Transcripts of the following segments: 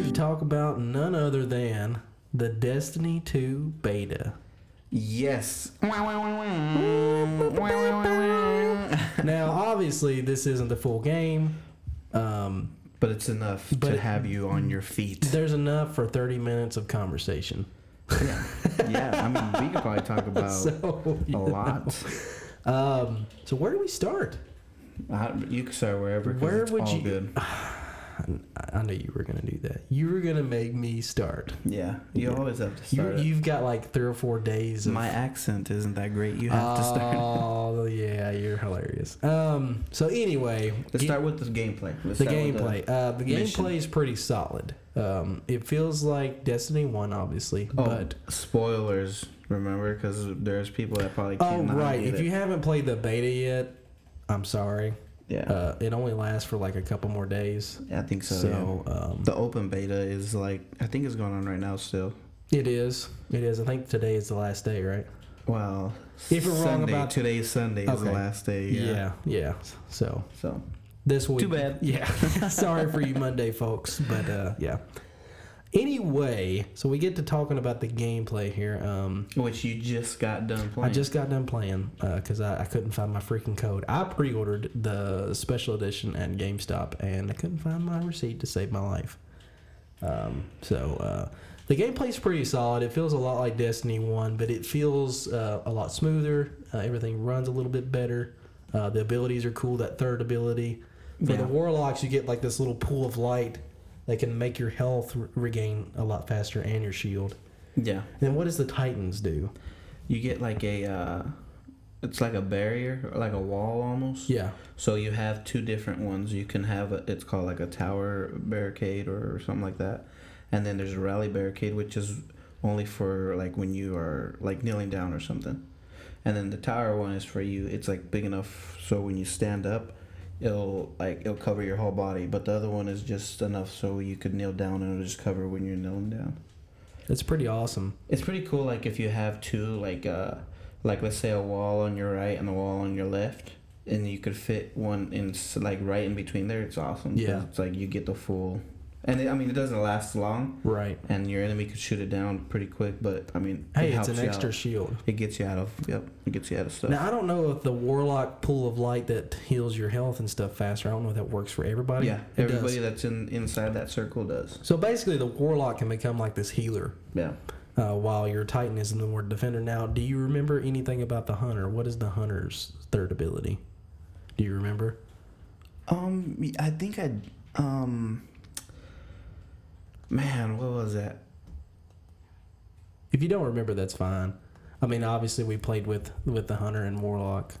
Yes. But Now, obviously, this isn't the full game. Um, it's enough But to it- have you on your feet. there's enough for 30 minutes of conversation. yeah, I mean, we could probably talk about So, a lot. Oh. um, so where do we start? I, you could start wherever. 'cause Where it's would all you- Good. I- I knew you were gonna do that. You were gonna make me start. Yeah, you Yeah. always have to You, start. it. you've got like three or four days. Of, My accent isn't that great. You have to start. Oh yeah, you're hilarious. Um. So anyway, Let's ge- start with the gameplay. Let's the start with gameplay. uh, the mission. gameplay is pretty solid. Um. It feels like Destiny One, obviously, Oh, but spoilers, remember? Because there's people that probably oh cannot right, get if it. you haven't played the beta yet, I'm sorry. yeah, Uh, it only lasts for like a couple more days. I think so. So, yeah. um, The open beta is like I think it's going on right now still. it is. It is. I think today is the last day, right? Well, If we're wrong Sunday, about- today's Sunday is the Okay. last day. Yeah. Yeah. Yeah. So So this week. Too bad. Yeah. Sorry for you Monday folks, but uh, yeah. Anyway, so we get to talking about the gameplay here. Um, which you just got done I playing. just got done playing because I, I couldn't find my freaking code. I pre-ordered the special edition at GameStop, and I couldn't find my receipt to save my life. Um, so uh, the gameplay's pretty solid. It feels a lot like Destiny One, but it feels uh, a lot smoother. Uh, everything runs a little bit better. Uh, the abilities are cool. That third ability for Yeah. the warlocks, you get like this little pool of light that can make your health re- regain a lot faster and your shield. yeah. Then what does the Titans do? You get like a uh, it's like a barrier, like a wall almost. Yeah. So you have two different ones. You can have a, it's called like a tower barricade or something like that, and then there's a rally barricade, which is only for like when you are like kneeling down or something, and then the tower one is for you. It's like big enough so when you stand up, it'll like it'll cover your whole body. But the other one is just enough so you could kneel down and it'll just cover when you're kneeling down. That's pretty awesome. It's pretty cool. Like if you have two, like uh, like let's say a wall on your right and a wall on your left, and you could fit one in s- like right in between there. It's awesome. 'cause Yeah. It's like you get the full, and it, I mean it doesn't last long, Right. and your enemy could shoot it down pretty quick. But I mean, Hey, it it's helps an you extra out. shield. It gets you out of yep. It gets you out of stuff. Now I don't know if the warlock pool of light that heals your health and stuff faster. I don't know if that works for everybody. yeah, It everybody does. that's in inside that circle does. So basically, the warlock can become like this healer, Yeah. uh, while your titan is the more defender. Now, do you remember anything about the hunter? What is the hunter's third ability? Do you remember? Um, I think I, um, man, what was that? If you don't remember, that's fine. I mean, obviously, we played with with the hunter and warlock.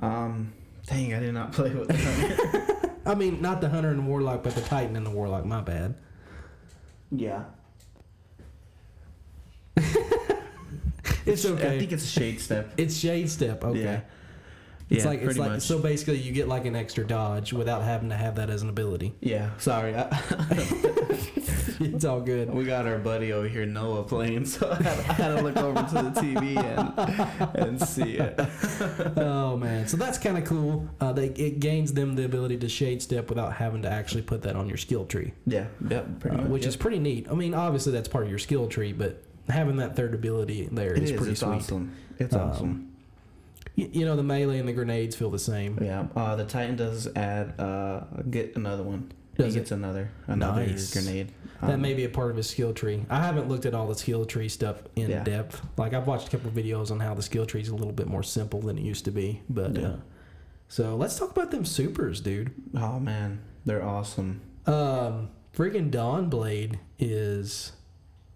Um, dang, I did not play with that. I mean, not the hunter and warlock, but the titan and the warlock. My bad. yeah. It's okay. I think it's Shade Step. It's shade step. Okay. Yeah. It's yeah, like it's pretty like much. so basically you get like an extra dodge without having to have that as an ability. yeah, sorry. I, It's all good. we got our buddy over here, Noah, playing, so I had, I had to look over to the TV and, and see it. oh man, so that's kind of cool. Uh, they it gains them the ability to shade step without having to actually put that on your skill tree, Yeah, yep, pretty uh, much. which is pretty neat. I mean, obviously that's part of your skill tree, but having that third ability there yep. is pretty it's sweet. awesome. It's Um, awesome. Y- You know, the melee and the grenades feel the same. Yeah, uh, the Titan does add, uh, get another one. Does he it? gets another, another Nice. grenade. That Um, may be a part of his skill tree. I haven't looked at all the skill tree stuff in Yeah. depth. Like I've watched a couple videos on how the skill tree is a little bit more simple than it used to be. But Yeah. uh, so let's talk about them supers, dude. Oh, man, they're awesome. Um, freaking Dawn Blade is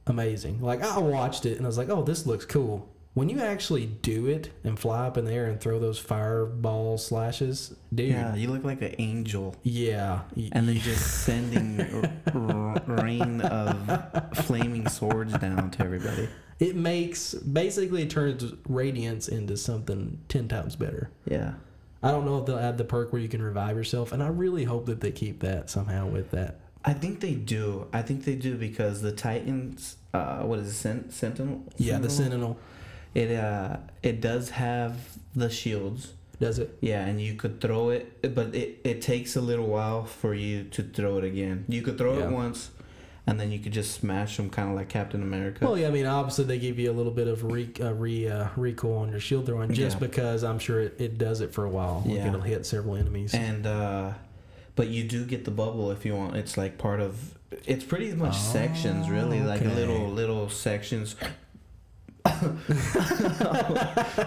amazing. Like I watched it and I was like, oh, this looks cool. When you actually do it and fly up in the air and throw those fireball slashes, dude. Yeah, Yeah. you look like an angel. Yeah. y- and they're just sending r- r- rain of flaming swords down to everybody. It makes basically it turns radiance into something ten times better. Yeah, I don't know if they'll add the perk where you can revive yourself, and I really hope that they keep that somehow with that. I think they do. I think they do because the Titans. Uh, what is it, Sen- Sentinel? Yeah, the Sentinel It uh, it does have the shields. does it. Yeah, and you could throw it, but it, it takes a little while for you to throw it again. You could throw Yeah. it once, and then you could just smash them, kind of like Captain America. Well, yeah, I mean, obviously they give you a little bit of re, uh, re uh, recoil on your shield throwing just Yeah. because I'm sure it, it does it for a while. Like Yeah. it'll hit several enemies. and uh, but you do get the bubble if you want. It's like part of. It's pretty much sections, really, like Oh, Okay. little little sections.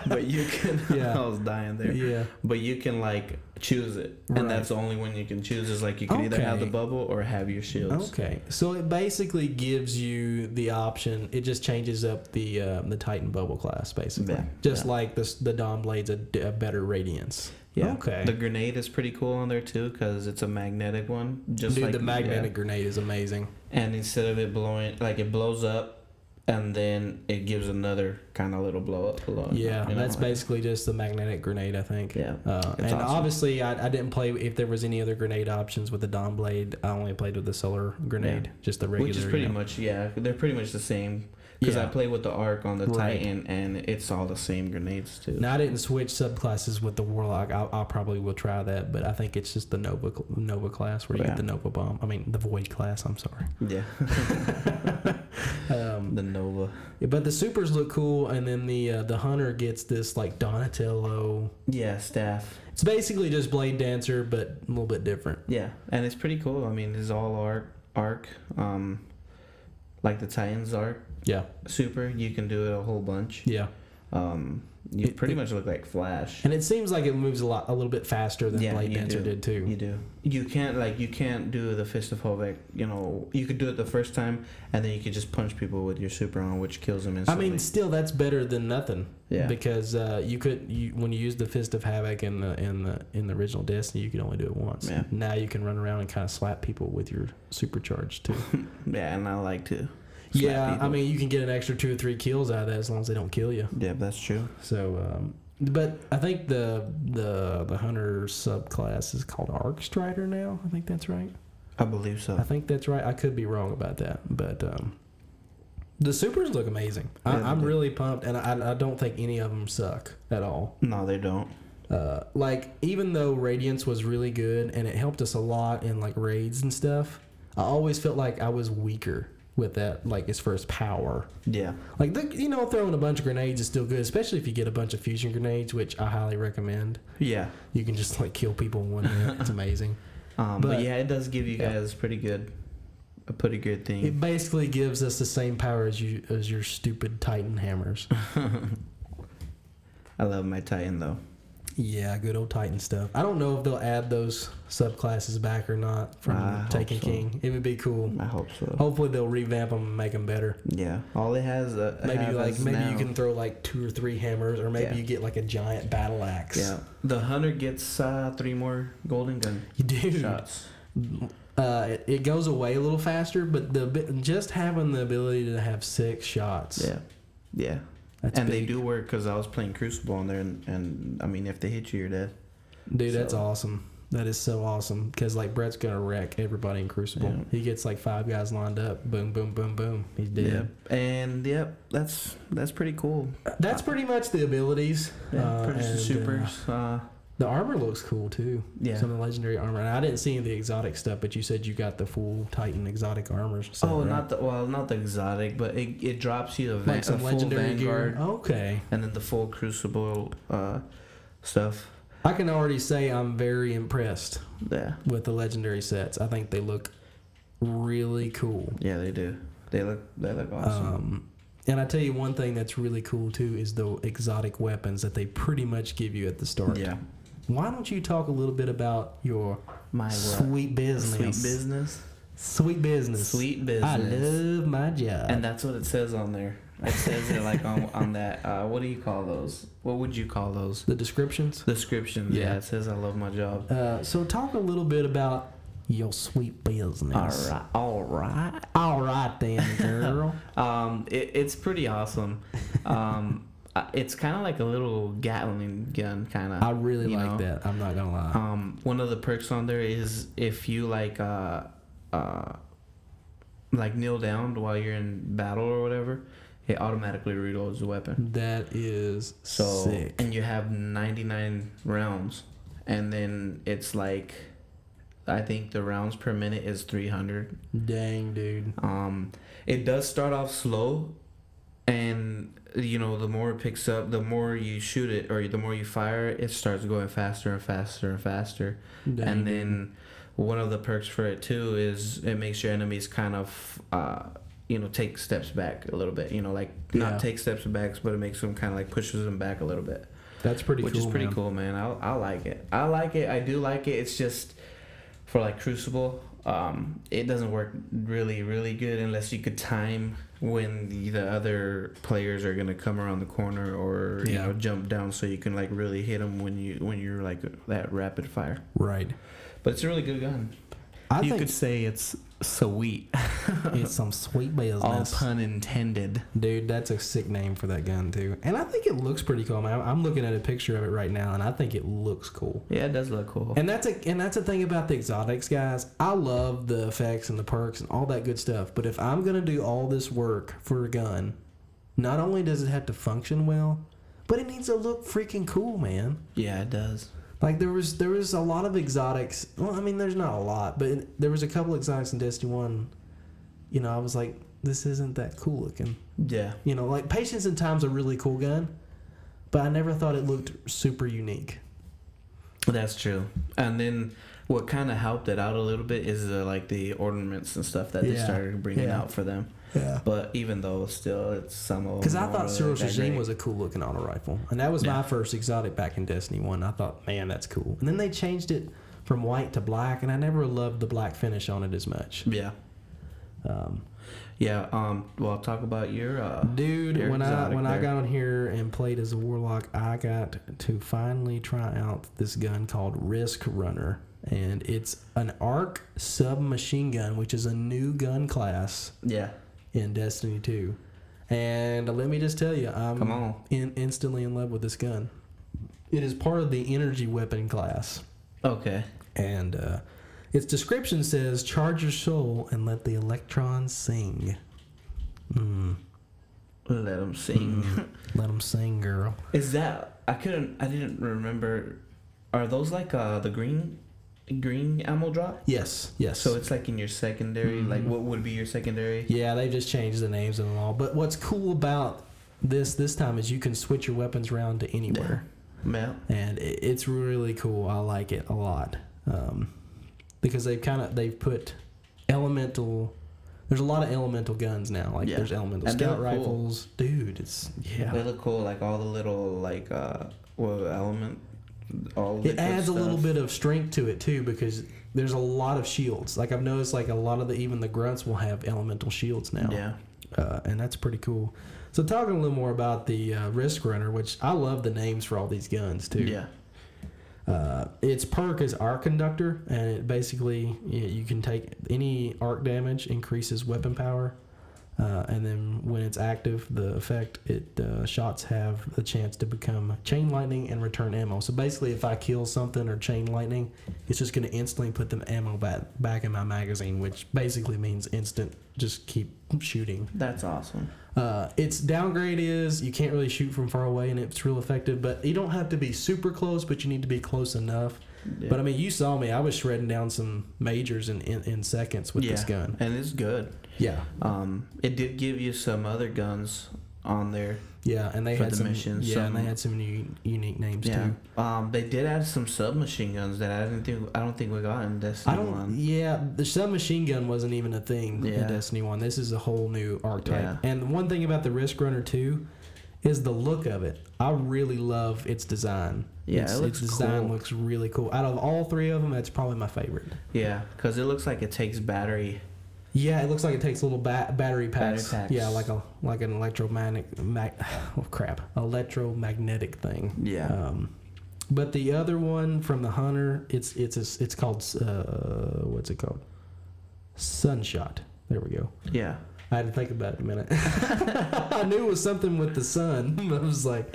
but you can. Yeah. I was dying there. yeah. But you can like choose it, Right. and that's the only one you can choose. Is like you can either have the Okay. bubble or have your shields. Okay. So it basically gives you the option. It just changes up the um, the Titan bubble class basically. Yeah, Just yeah. like this, the Dawn Blade's a, d- a better radiance. Yeah. Okay. The grenade is pretty cool on there too because it's a magnetic one. Just Dude, like the magnetic yeah. grenade is amazing. And instead of it blowing, like it blows up, and then it gives another kind of little blow up. Blow Yeah, up, you know, that's like- basically just the magnetic grenade, I think. Yeah. Uh, and It's awesome. obviously, I, I didn't play if there was any other grenade options with the Dawn Blade. I only played with the Solar Grenade, just the regular. Which is you pretty know. much yeah, they're pretty much the same. Because Yeah. I play with the arc on the Right. Titan, and it's all the same grenades too. Now I didn't switch subclasses with the Warlock. I, I probably will try that, but I think it's just the Nova cl- Nova class where you Yeah. get the Nova Bomb. I mean, the Void class. I'm sorry. Yeah, Um, the Nova. but the supers look cool, and then the uh, the Hunter gets this like Donatello. Yeah, staff. It's basically just Blade Dancer, but a little bit different. Yeah, and it's pretty cool. I mean, it's all arc, arc, um, like the Titans arc. Yeah, Super, you can do it a whole bunch. yeah. Um, you It- pretty it- much look like Flash. And it seems like it moves a lot, a little bit faster than Yeah, Blade you Dancer do. did too. You do. You can't like you can't do the fist of Hovek. You know, you could do it the first time, and then you could just punch people with your super on, which kills them I instantly. mean, still that's better than nothing. Yeah. Because uh, you could you, when you use the Fist of Havoc in the in the in the original Destiny, you could only do it once. Yeah. Now you can run around and kind of slap people with your supercharge too. yeah, and I like to. slap yeah. people. I mean, you can get an extra two or three kills out of that as long as they don't kill you. Yeah, that's true. So, um, but I think the the the hunter subclass is called Arcstrider now. I think that's right. I believe so. I think that's right. I could be wrong about that, but um, the supers look amazing. I, Yeah, they I'm do. really pumped, and I, I don't think any of them suck at all. No, they don't. Uh, like even though Radiance was really good and it helped us a lot in like raids and stuff, I always felt like I was weaker with that like as far as power. Yeah. Like the, you know, throwing a bunch of grenades is still good, especially if you get a bunch of fusion grenades, which I highly recommend. Yeah. You can just like kill people in one hit. It's amazing. Um, but, But- yeah, it does give you Yeah. guys pretty good, a pretty good thing. It basically gives us the same power as you as your stupid Titan hammers. I love my Titan though. yeah, good old Titan stuff. I don't know if they'll add those subclasses back or not from I hope Taken so. King. It would be cool. I hope so. Hopefully they'll revamp them and make them better. Yeah. All it has. Uh, Maybe have like is maybe you now- can throw like two or three hammers, or maybe Yeah. you get like a giant battle axe. Yeah. The hunter gets uh, three more golden gun you do. shots. Uh, it, it goes away a little faster, but the bi- just having the ability to have six shots, Yeah. Yeah. that's and they big. do work because I was playing Crucible on there, and, and I mean, if they hit you, you're dead. Dude, that's So- awesome. That is so awesome because like Brett's gonna wreck everybody in Crucible. Yeah. He gets like five guys lined up, boom, boom, boom, boom. He's dead. Yep. And yep, that's that's pretty cool. That's pretty much the abilities. Yeah, Uh, pretty and, uh, supers. Uh, the armor looks cool too. yeah. Some of the legendary armor. And I didn't see any of the exotic stuff, but you said you got the full Titan exotic armor. set, oh, right? not the well, not the exotic, but it, it drops you the, van, like some the legendary full vanguard gear. Oh. Okay, and then the full Crucible uh, stuff. I can already say I'm very impressed Yeah. with the legendary sets. I think they look really cool. Yeah, they do. They look they look awesome. Um, and I tell you one thing that's really cool too is the exotic weapons that they pretty much give you at the start. yeah. Why don't you talk a little bit about your My what? sweet business? Sweet business. Sweet business. Sweet business. I love my job. And that's what it says on there. It says it like on, on that. Uh, what do you call those? What would you call those? the descriptions. Descriptions. Yeah. Yeah, it says I love my job. Uh, so talk a little bit about your sweet business. All right. All right. All right then, girl. Um, it, it's pretty awesome. Um, uh, it's kind of like a little Gatling gun, kind of. I really You like know? that. I'm not gonna lie. Um, one of the perks on there is if you like uh, uh, like kneel down while you're in battle or whatever, it automatically reloads the weapon. that is So sick. and you have 99 rounds, and then it's like I think the rounds per minute is 300. Dang, dude. Um, it does start off slow, and you know the more it picks up, the more you shoot it or the more you fire it, it starts going faster and faster and faster. Dang. And then one of the perks for it too is it makes your enemies kind of uh, you know take steps back a little bit. You know, like Yeah. not take steps back, but it makes them kind of like pushes them back a little bit that's pretty which cool. is pretty man. cool, man. I, I like it. I like it. I do like it. It's just for like Crucible, um, it doesn't work really, really good unless you could time when the, the other players are gonna come around the corner or you Yeah. know jump down, so you can like really hit them when you when you're like that rapid fire. Right. But it's a really good gun. I you think could say it's sweet, it's some sweet all business. pun intended. Dude, that's a sick name for that gun too, and I think it looks pretty cool. Man, I'm- I'm looking at a picture of it right now, and I think it looks cool. Yeah, it does look cool. And that's a and that's the thing about the exotics, guys. I love the effects and the perks and all that good stuff. But if I'm gonna do all this work for a gun, not only does it have to function well, but it needs to look freaking cool, man. Yeah, it does. Like there was there was a lot of exotics. Well, I mean, there's not a lot, but it- there was a couple exotics in Destiny One. You know, I was like, this isn't that cool looking. Yeah. You know, like Patience in Time's a really cool gun, but I never thought it looked super unique. That's true. And then what kind of helped it out a little bit is the, like the ornaments and stuff that they Yeah. started bringing Yeah. out for them. Yeah. But even though still, it's some of Because them I are thought really Cyril's that Regime great. was a cool looking auto rifle, and that was my Yeah. first exotic back in Destiny One. I thought, man, that's cool. And then they changed it from white to black, and I never loved the black finish on it as much. yeah Um, yeah. Um, well, talk about your uh, dude, You're when I exotic when I there. got on here and played as a warlock, I got to finally try out this gun called Risk Runner, and it's an arc submachine gun, which is a new gun class yeah. in Destiny Two. And let me just tell you, I'm Come on. in, instantly in love with this gun. It is part of the energy weapon class, Okay. and uh, its description says, "Charge your soul and let the electrons sing." Mm, Let them sing. let them sing, girl. Is that I couldn't? I didn't remember. Are those like uh the green, green ammo drop? Yes, yes. So it's like in your secondary. Like what would be your secondary? Mm-hmm. yeah, they've just changed the names of them all. But what's cool about this this time is you can switch your weapons around to anywhere. Yeah. and it, it's really cool. I like it a lot um, because they've kind of they've put elemental. There's a lot of elemental guns now. Like Yeah. there's elemental And they scout look cool. rifles, dude. It's They yeah. look cool, like all the little like uh well element all It liquid adds a little stuff. bit of strength to it too because there's a lot of shields. Like I've noticed, like a lot of the even the grunts will have elemental shields now. Yeah. uh, and that's pretty cool. So talking a little more about the uh, Risk Runner, which I love the names for all these guns too. Yeah. Uh, its perk is arc conductor, and it basically you, you can take any arc damage increases weapon power, uh, and then when it's active, the effect it uh, shots have the chance to become chain lightning and return ammo. So basically, if I kill something or chain lightning, it's just going to instantly put the ammo back back in my magazine, which basically means instant. Just keep shooting. That's awesome. Uh, its downgrade is you can't really shoot from far away, and it's real effective. But you don't have to be super close, but you need to be close enough. Yeah. But I mean, you saw me; I was shredding down some majors in in, in seconds with this Yeah, gun. And it's good. Yeah, Um it did give you some other guns on there. yeah, and they For had the some missions, yeah, and they some- had some new, unique names yeah. too. Um they did add some submachine guns that I didn't think I don't think we got in Destiny I don't. e-, one. Yeah, the submachine gun wasn't even a thing in Yeah. Destiny One. This is a whole new archetype. Yeah. And one thing about the Risk Runner Two is the look of it. I really love its design. Yeah, its, it looks its design cool. looks really cool. Out of all three of them, that's probably my favorite. Yeah, cuz it looks like it takes battery. Yeah, it looks like it takes little ba- battery packs. Battery packs. Yeah, like a like an electromagnetic mag- oh crap, electromagnetic thing. Yeah. Um, but the other one from the hunter, it's it's a, it's called uh, what's it called? Sunshot. There we go. yeah. I had to think about it a minute. I knew it was something with the sun. I was like,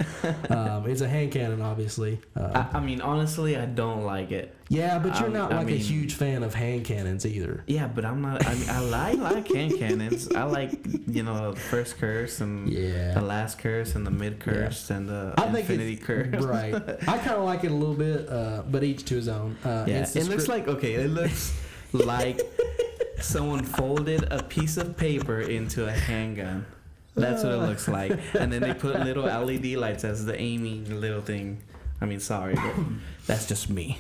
um, it's a hand cannon, obviously. Um, I, I mean, honestly, I don't like it. yeah, but you're not I- I like a mean- huge fan of hand cannons either. Yeah, but I'm not. I mean, I like, like hand cannons. I like you know the first curse and the Yeah. last curse and the mid curse and the I think infinity curse. Right. I kind of like it a little bit, uh, but each to his own. Uh, Yeah, it's the it looks script- like okay. It looks like someone folded a piece of paper into a handgun. That's what it looks like, and then they put little LED lights as the aiming little thing. I mean, sorry, but that's just me.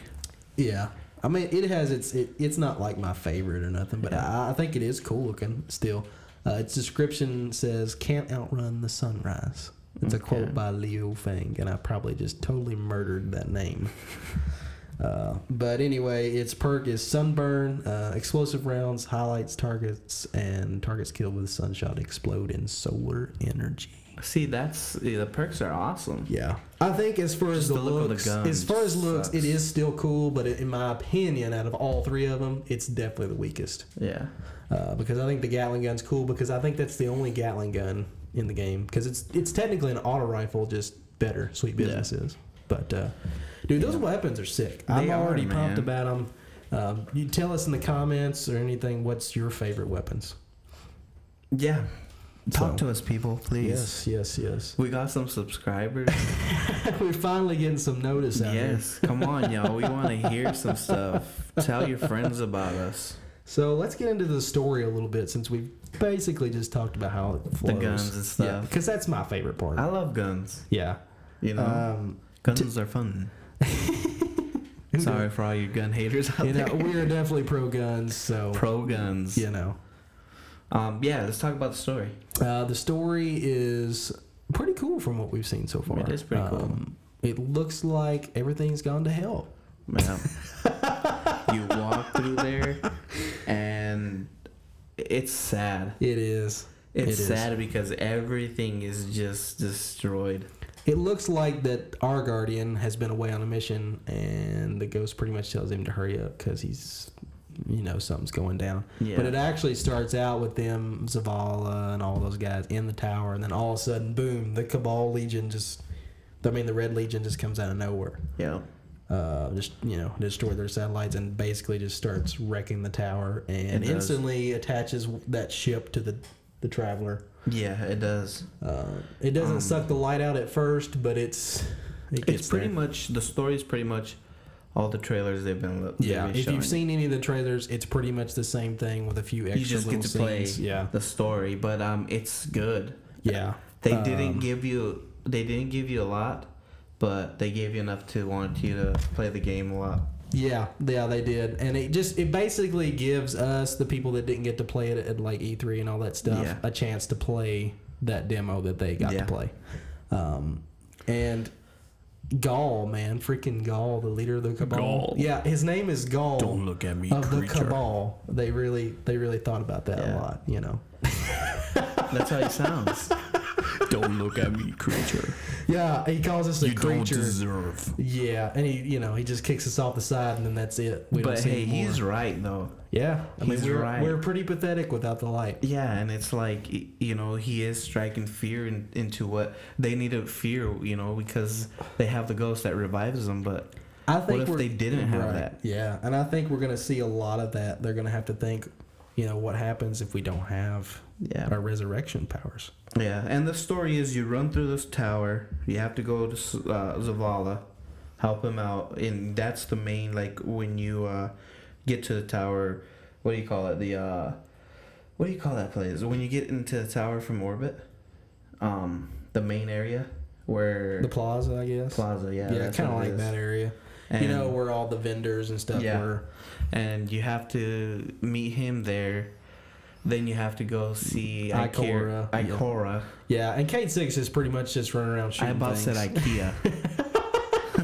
Yeah. I mean, it has its. It, it's not like my favorite or nothing, but I, I think it is cool looking still. Uh, its description says, "Can't outrun the sunrise." It's a quote Okay. by Liu Fang, and I probably just totally murdered that name. Uh, but anyway, its perk is sunburn, uh, explosive rounds, highlights targets, and targets killed with sunshot explode in solar energy. See, that's yeah, the perks are awesome. Yeah, I think as far as Just the, the look of the looks, gun as far as looks, it sucks. is still cool. But in my opinion, out of all three of them, it's definitely the weakest. Yeah, Uh, because I think the Gatling gun's cool because I think that's the only Gatling gun in the game because it's it's technically an auto rifle, just better. Sweet Yeah. business is. But uh, dude, those weapons are sick. They I'm are, already pumped man. about them. Um, you tell us in the comments or anything what's your favorite weapons. yeah. Talk So- to us, people, please. Yes, yes, yes. We got some subscribers. We're finally getting some notice out here. yes, come on, y'all. We want to hear some stuff. Tell your friends about us. So let's get into the story a little bit since we've basically just talked about how it flows. The guns and stuff. Yeah, because that's my favorite part. I love guns. yeah. You know, Um, guns are fun. Sorry for all you gun haters out you know, there. we are definitely pro guns, so, Pro guns. you know. Um. Yeah. Let's talk about the story. Uh, the story is pretty cool from what we've seen so far. It is pretty cool. cool. It looks like everything's gone to hell. Yeah. you walk through there, and it's sad. It is. It It's is. sad because everything is just destroyed. It looks like that our guardian has been away on a mission, and the ghost pretty much tells him to hurry up because he's, you know, something's going down. Yeah. But it actually starts out with them, Zavala and all those guys in the tower, and then all of a sudden, boom, the Cabal Legion just, I mean, the Red Legion just comes out of nowhere. yeah. Uh, just, you know, destroy their satellites and basically just starts wrecking the tower and It does. instantly attaches that ship to the, the Traveler. Yeah. It does. Uh, it doesn't Um, suck the light out at first, but it's. It gets It's pretty there. much the story is pretty much all the trailers they've been. they've Yeah, been if showing. you've seen any of the trailers, it's pretty much the same thing with a few extra you just little get to play scenes. Yeah, the story, but um, it's good. yeah, They Um, didn't give you they didn't give you a lot, but they gave you enough to want you to play the game a lot. yeah, yeah. They did, and it just it basically gives us the people that didn't get to play it at like E3 and all that stuff Yeah. a chance to play that demo that they got Yeah. to play. Um, and Gaul, man, freaking Gaul, the leader of the Cabal. Gaul. Yeah, his name is Gaul. look at me, of the cabal they really they really thought about that a Yeah. lot you know That's how it sounds. Don't look at me, creature. yeah he calls us a creature deserve. Yeah, and he, you know, he just kicks us off the side, and then that's it. We but don't see hey, him more. he's right though. yeah. I mean, he's we're right. we're pretty pathetic without the light. Yeah, and it's like y- you know he is striking fear in, into what they need to fear, you know, because they have the ghost that revives them. But I think if we're- they didn't have Right. that? Yeah, and I think we're gonna see a lot of that. They're gonna have to think, you know, what happens if we don't have yeah, our resurrection powers? Yeah, and the story is you run through this tower. You have to go to uh, Zavala, help him out, and that's the main like when you uh, get to the tower. What do you call it? The uh, what do you call that place? When you get into the tower from orbit, um, the main area where The plaza, I guess. plaza. Yeah, yeah, that's kind of what it like is. that area. And, you know, where all the vendors and stuff Yeah. were. and you have to meet him there. Then you have to go see Ikora, Ikora. yeah. Ikora. Yeah, and Kate Six is pretty much just running around I shooting about things. said IKEA.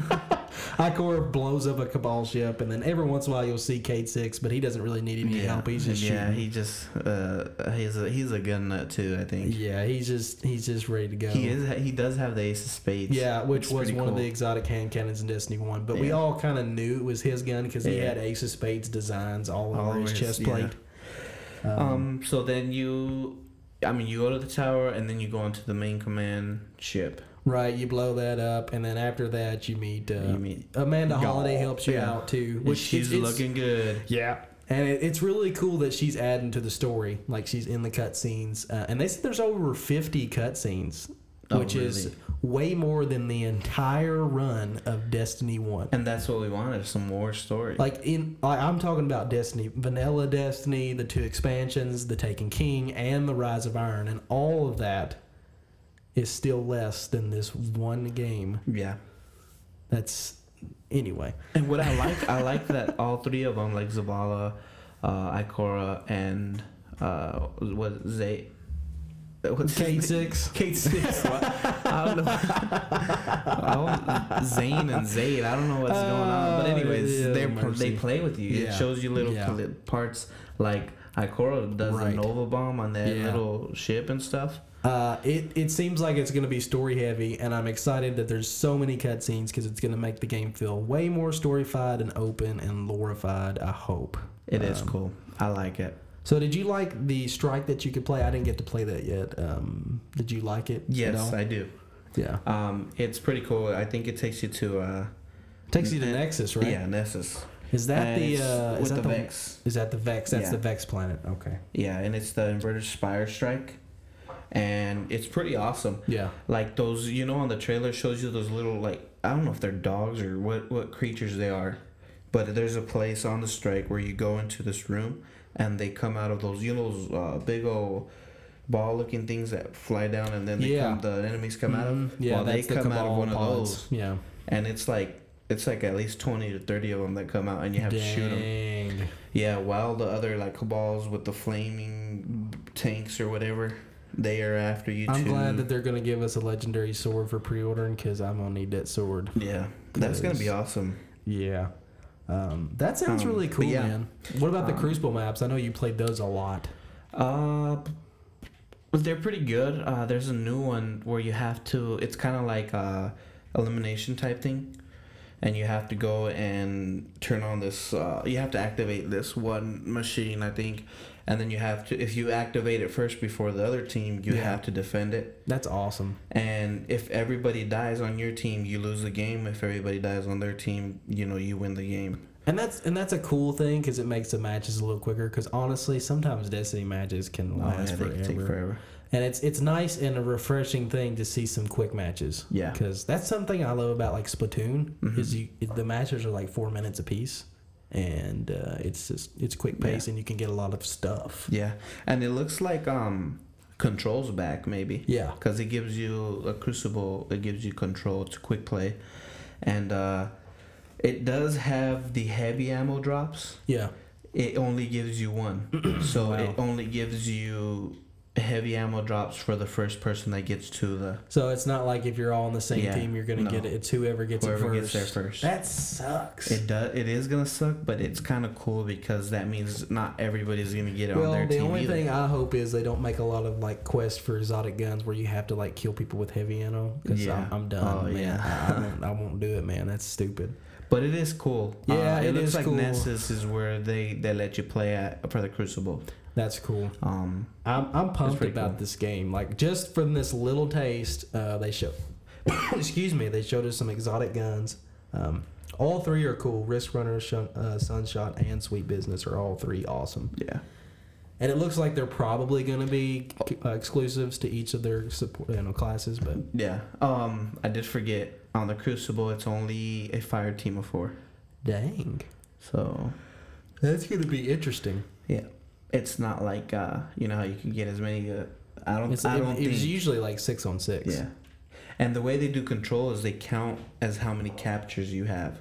Icor blows up a cabal ship, and then every once in a while you'll see Kate Six, but he doesn't really need any help. He's just yeah, shooting. he just uh, he's a, he's a gun nut too. I think Yeah, he's just he's just ready to go. he is. He does have the ace of spades. Yeah, which It's was pretty one of cool. the exotic hand cannons in Destiny One, but we Yeah. all kind of knew it was his gun because he Yeah. had Ace of Spades designs all over All his over his- chest yeah. plate. Um. So then Um, you I mean, you go to the tower and then you go onto the main command ship. Right, you blow that up, and then after that, you meet uh, You meet Amanda Gal. Holiday helps you Yeah. out too, And which she's it's- it's- looking good. Yeah, and it, it's really cool that she's adding to the story. Like she's in the cutscenes, uh, and they said there's over 50 cutscenes, Oh, which is really? way more than the entire run of Destiny One. And that's what we wanted some more story. Like in, like I'm talking about Destiny, Vanilla Destiny, the two expansions, the Taken King, and the Rise of Iron, and all of that is still less than this one game. yeah. That's anyway. And what I like, I like that all three of them, like Zavala, uh, Ikora, and uh, what Zay. What's his Kate name? Six. Kate Six. What? I don't know. I don't, Zane and Zayd. I don't know what's going on. But Oh, anyways, yeah, they mercy. they play with you. It Yeah. shows you little Yeah. pl- parts like Ikora does Right. the Nova bomb on that Yeah. little ship and stuff. Uh, it, it seems like it's going to be story heavy, and I'm excited that there's so many cutscenes because it's going to make the game feel way more storyfied and open and loreified. I hope. It is Um, cool. I like it. So, did you like the strike that you could play? I didn't get to play that yet. Um, did you like it? at Yes, all? I do. yeah. Um, it's pretty cool. I think it takes you to uh, Takes you to Nexus, right? yeah Nessus. Is that And the it's uh, is with that the the, Vex? is that the Vex? That's Yeah. the Vex planet. Okay. Yeah, and it's the inverted spire strike, and it's pretty awesome. Yeah. Like those, you know, on the trailer shows you those little like I don't know if they're dogs or what what creatures they are, but there's a place on the strike where you go into this room and they come out of those you know those uh, big old ball looking things that fly down and then they Yeah. come, the enemies come out of Mhm. yeah. well, they that's the come out of Cabal one of pods. those. Yeah. and it's like it's like at least 20 to 30 of them that come out and you have to shoot them Dang. yeah, while the other like cabals with the flaming tanks or whatever, they are after you. I'm too. glad that they're going to give us a legendary sword for pre-ordering because I'm gonna need that sword. Yeah, that's gonna be Cause- awesome. Yeah. Um, that sounds Um, really but cool, yeah. man. What about the Um, Crucible maps? I know you played those a lot. Uh, but they're pretty good. Uh, there's a new one where you have to. It's kind of like a elimination type thing, and you have to go and turn on this. Uh, you have to activate this one machine, I think, and then you have to. If you activate it first before the other team, you Yeah. have to defend it. That's awesome. And if everybody dies on your team, you lose the game. If everybody dies on their team, you know, you win the game. And that's and that's a cool thing because it makes the matches a little quicker. Because honestly, sometimes Destiny matches can last Oh, they can forever. and it's it's nice and a refreshing thing to see some quick matches. Yeah. because that's something I love about like Splatoon Mhm. is you it- the matches are like four minutes apiece, and uh, it's just it's quick pace and you can get a lot of stuff. Yeah. And it looks like um controls back maybe. Yeah, Because it gives you a crucible, it gives you control to quick play. And uh it does have the heavy ammo drops. yeah, It only gives you one. so Wow. it only gives you heavy ammo drops for the first person that gets to the So it's not like if you're all on the same Yeah, team, you're gonna no. get it. It's whoever gets whoever it gets first. there first. That sucks. It does. It is gonna suck, but it's kind of cool because that means not everybody's gonna get it well, on their the team only either. thing I hope is they don't make a lot of like quests for exotic guns where you have to like kill people with heavy ammo. Because Yeah. I'm, I'm done, Oh, man. yeah. I, I, won't, I won't do it, man. That's stupid. but it is cool. Uh, Yeah, it, it looks is like cool. Nessus is where they they let you play at for the Crucible. That's cool. Um, I'm, I'm pumped pretty about cool. this game. Like just from this little taste, uh, they show. excuse me. They showed us some exotic guns. Um, all three are cool. Risk Runner, Shun, uh, Sunshot, and Sweet Business are all three awesome. yeah, And it looks like they're probably going to be uh, exclusives to each of their support, you know, classes, but yeah. Um, I did forget on the Crucible. It's only a fire team of four, dang. so That's going to be interesting. yeah, it's not like uh, you know how you can get as many. Uh, I don't. It's, I don't it, it's think. usually like 6 on 6. Yeah, and the way they do control is they count as how many captures you have.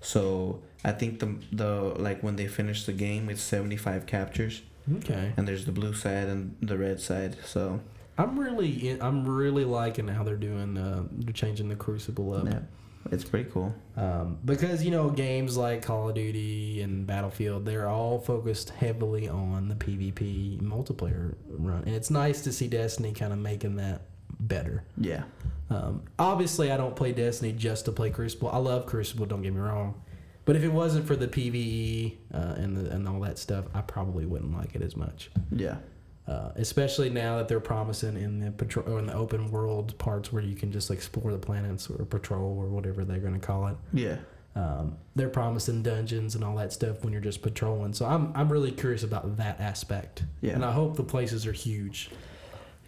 So I think the the like when they finish the game, it's seventy five captures, Okay. and there's the blue side and the red side. So I'm really in, I'm really liking how they're doing uh, they're changing the crucible up. yeah, it's pretty cool. Um, because you know games like Call of Duty and Battlefield, they're all focused heavily on the PvP multiplayer run. And it's nice to see Destiny kind of making that better. Yeah, Um, obviously, I don't play Destiny just to play Crucible. I love Crucible. Don't get me wrong, but if it wasn't E, for the PVE uh, and the, and all that stuff, I probably wouldn't like it as much. yeah, Uh, especially now that they're promising in the patrol or in the open world parts where you can just explore the planets or patrol or whatever they're going to call it. Yeah. Um, they're promising dungeons and all that stuff when you're just patrolling. So I'm I'm really curious about that aspect. Yeah. And I hope the places are huge.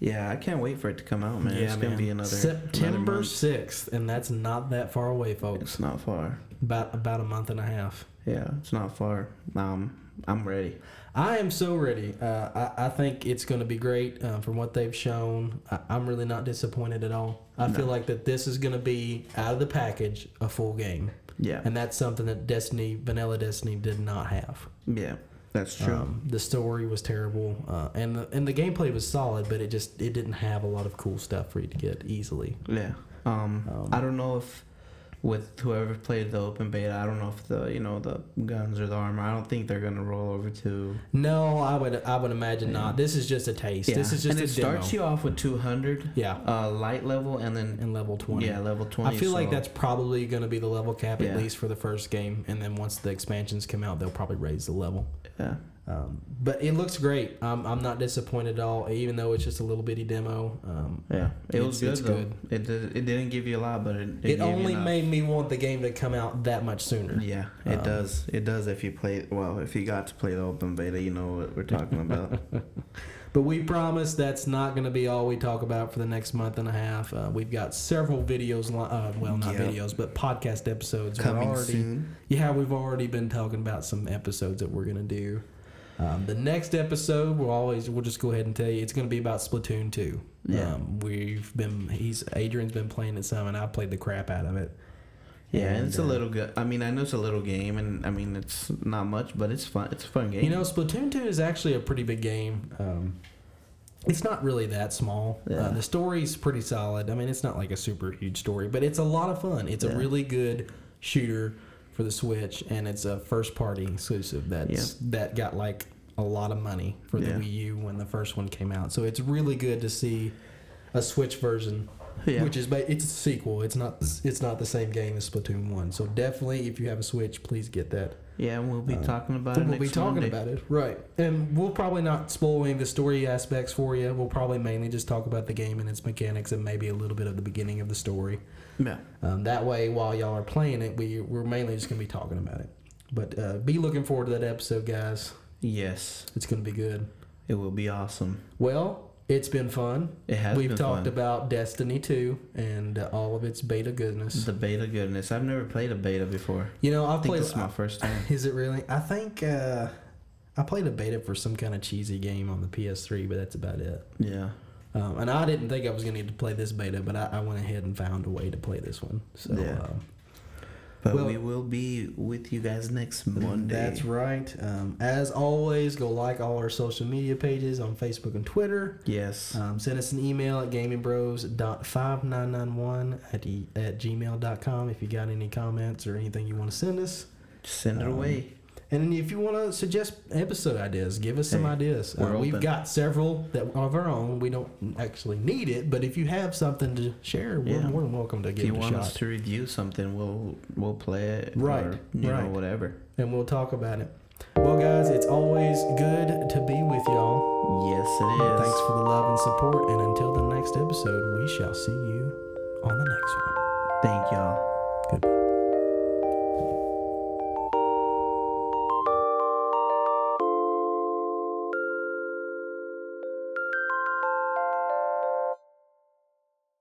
Yeah, I can't wait for it to come out, man. it's gonna be another another September month. sixth, and that's not that far away, folks. It's not far. About about a month and a half. Yeah, it's not far. Um, I'm ready. I am so ready. Uh, I, I think it's going to be great uh, from what they've shown. I, I'm really not disappointed at all. I feel like that this is going to be out of the package a full game, Yeah. and that's something that Destiny Vanilla Destiny did not have. Yeah, that's true. Um, the story was terrible, uh, and the, and the gameplay was solid, but it just it didn't have a lot of cool stuff for you to get easily. yeah. Um, um, I don't know if with whoever played the open beta, I don't know if the you know the guns or the armor. I don't think they're gonna roll over to. No, I would I would imagine not. This is just a taste. Yeah. This is just and a it demo. starts you off with 200 yeah, uh, light level, and then and level twenty. yeah, level 20. I feel like so- that's probably going to be the level cap at Yeah. least for the first game, and then once the expansions come out, they'll probably raise the level. yeah. Um, but it looks great. Um, I'm not disappointed at all, even though it's just a little bitty demo. Um, Yeah, it was It's- good it's though. It did, it didn't give you a lot, but it it, it gave you only enough. made me want the game to come out that much sooner. Yeah, it Um, does. It does if you play. Well, if you got to play the open beta, you know what we're talking about. But we promise that's not going to be all we talk about for the next month and a half. Uh, we've got several videos, li- uh, well, not Yep. videos, but podcast episodes. We're Coming already, soon. Yeah, we've already been talking about some episodes that we're gonna do. Um, the next episode, we'll always we'll just go ahead and tell you it's gonna be about Splatoon two. Yeah. um, we've been he's Adrian's been playing it some, and I played the crap out of it. Yeah, and it's a uh, little good. I mean, I know it's a little game, and I mean it's not much, but it's fun. It's a fun game. You know, Splatoon two is actually a pretty big game. Um, it's not really that small. Yeah. Uh, the story's pretty solid. I mean, it's not like a super huge story, but it's a lot of fun. It's Yeah. a really good shooter for the Switch, and it's a first party exclusive that's that got like a lot of money for the Yeah. Wii U when the first one came out. So it's really good to see a Switch version yeah, which is ba- it's a sequel. It's not it's not the same game as Splatoon one. So definitely, if you have a Switch, please get that. yeah, and we'll be uh, talking about it. We'll be next talking Monday. about it, right? And we'll probably not spoil any of the story aspects for you. We'll probably mainly just talk about the game and its mechanics, and maybe a little bit of the beginning of the story. Yeah, Um, that way, while y'all are playing it, we we're mainly just gonna be talking about it. But uh, be looking forward to that episode, guys. yes, It's gonna be good. it will be awesome. Well, it's been fun. It has. We've been talked fun. about Destiny 2 and uh, all of its beta goodness. the beta goodness. I've never played a beta before. you know, I I've think played this is my first time. Is it really? I think uh, I played a beta for some kind of cheesy game on the PS3, but that's about it. Yeah, Um, and I didn't think I was gonna need to play this beta, but I, I went ahead and found a way to play this one. So Yeah. um, but Well- we will be with you guys next Monday. That's right. Um, as always, go like all our social media pages on Facebook and Twitter. Yes. Um, send us an email at gamingbros.5991 at, e- at gmail.com if you got any comments or anything you want to send us. Send it Um, away. And if you want to suggest episode ideas, give us some Hey, ideas. Uh, we're we've open. got several that of our own. We don't actually need it, but if you have something to share, we're Yeah. more than welcome to If give you it a want us shot, to review something, we'll we'll play it. Right, Or, you know, right. whatever. and we'll talk about it. Well, guys, it's always good to be with y'all. Yes, it is. Thanks for the love and support, and until the next episode, we shall see you on the next one. Thank y'all. Goodbye.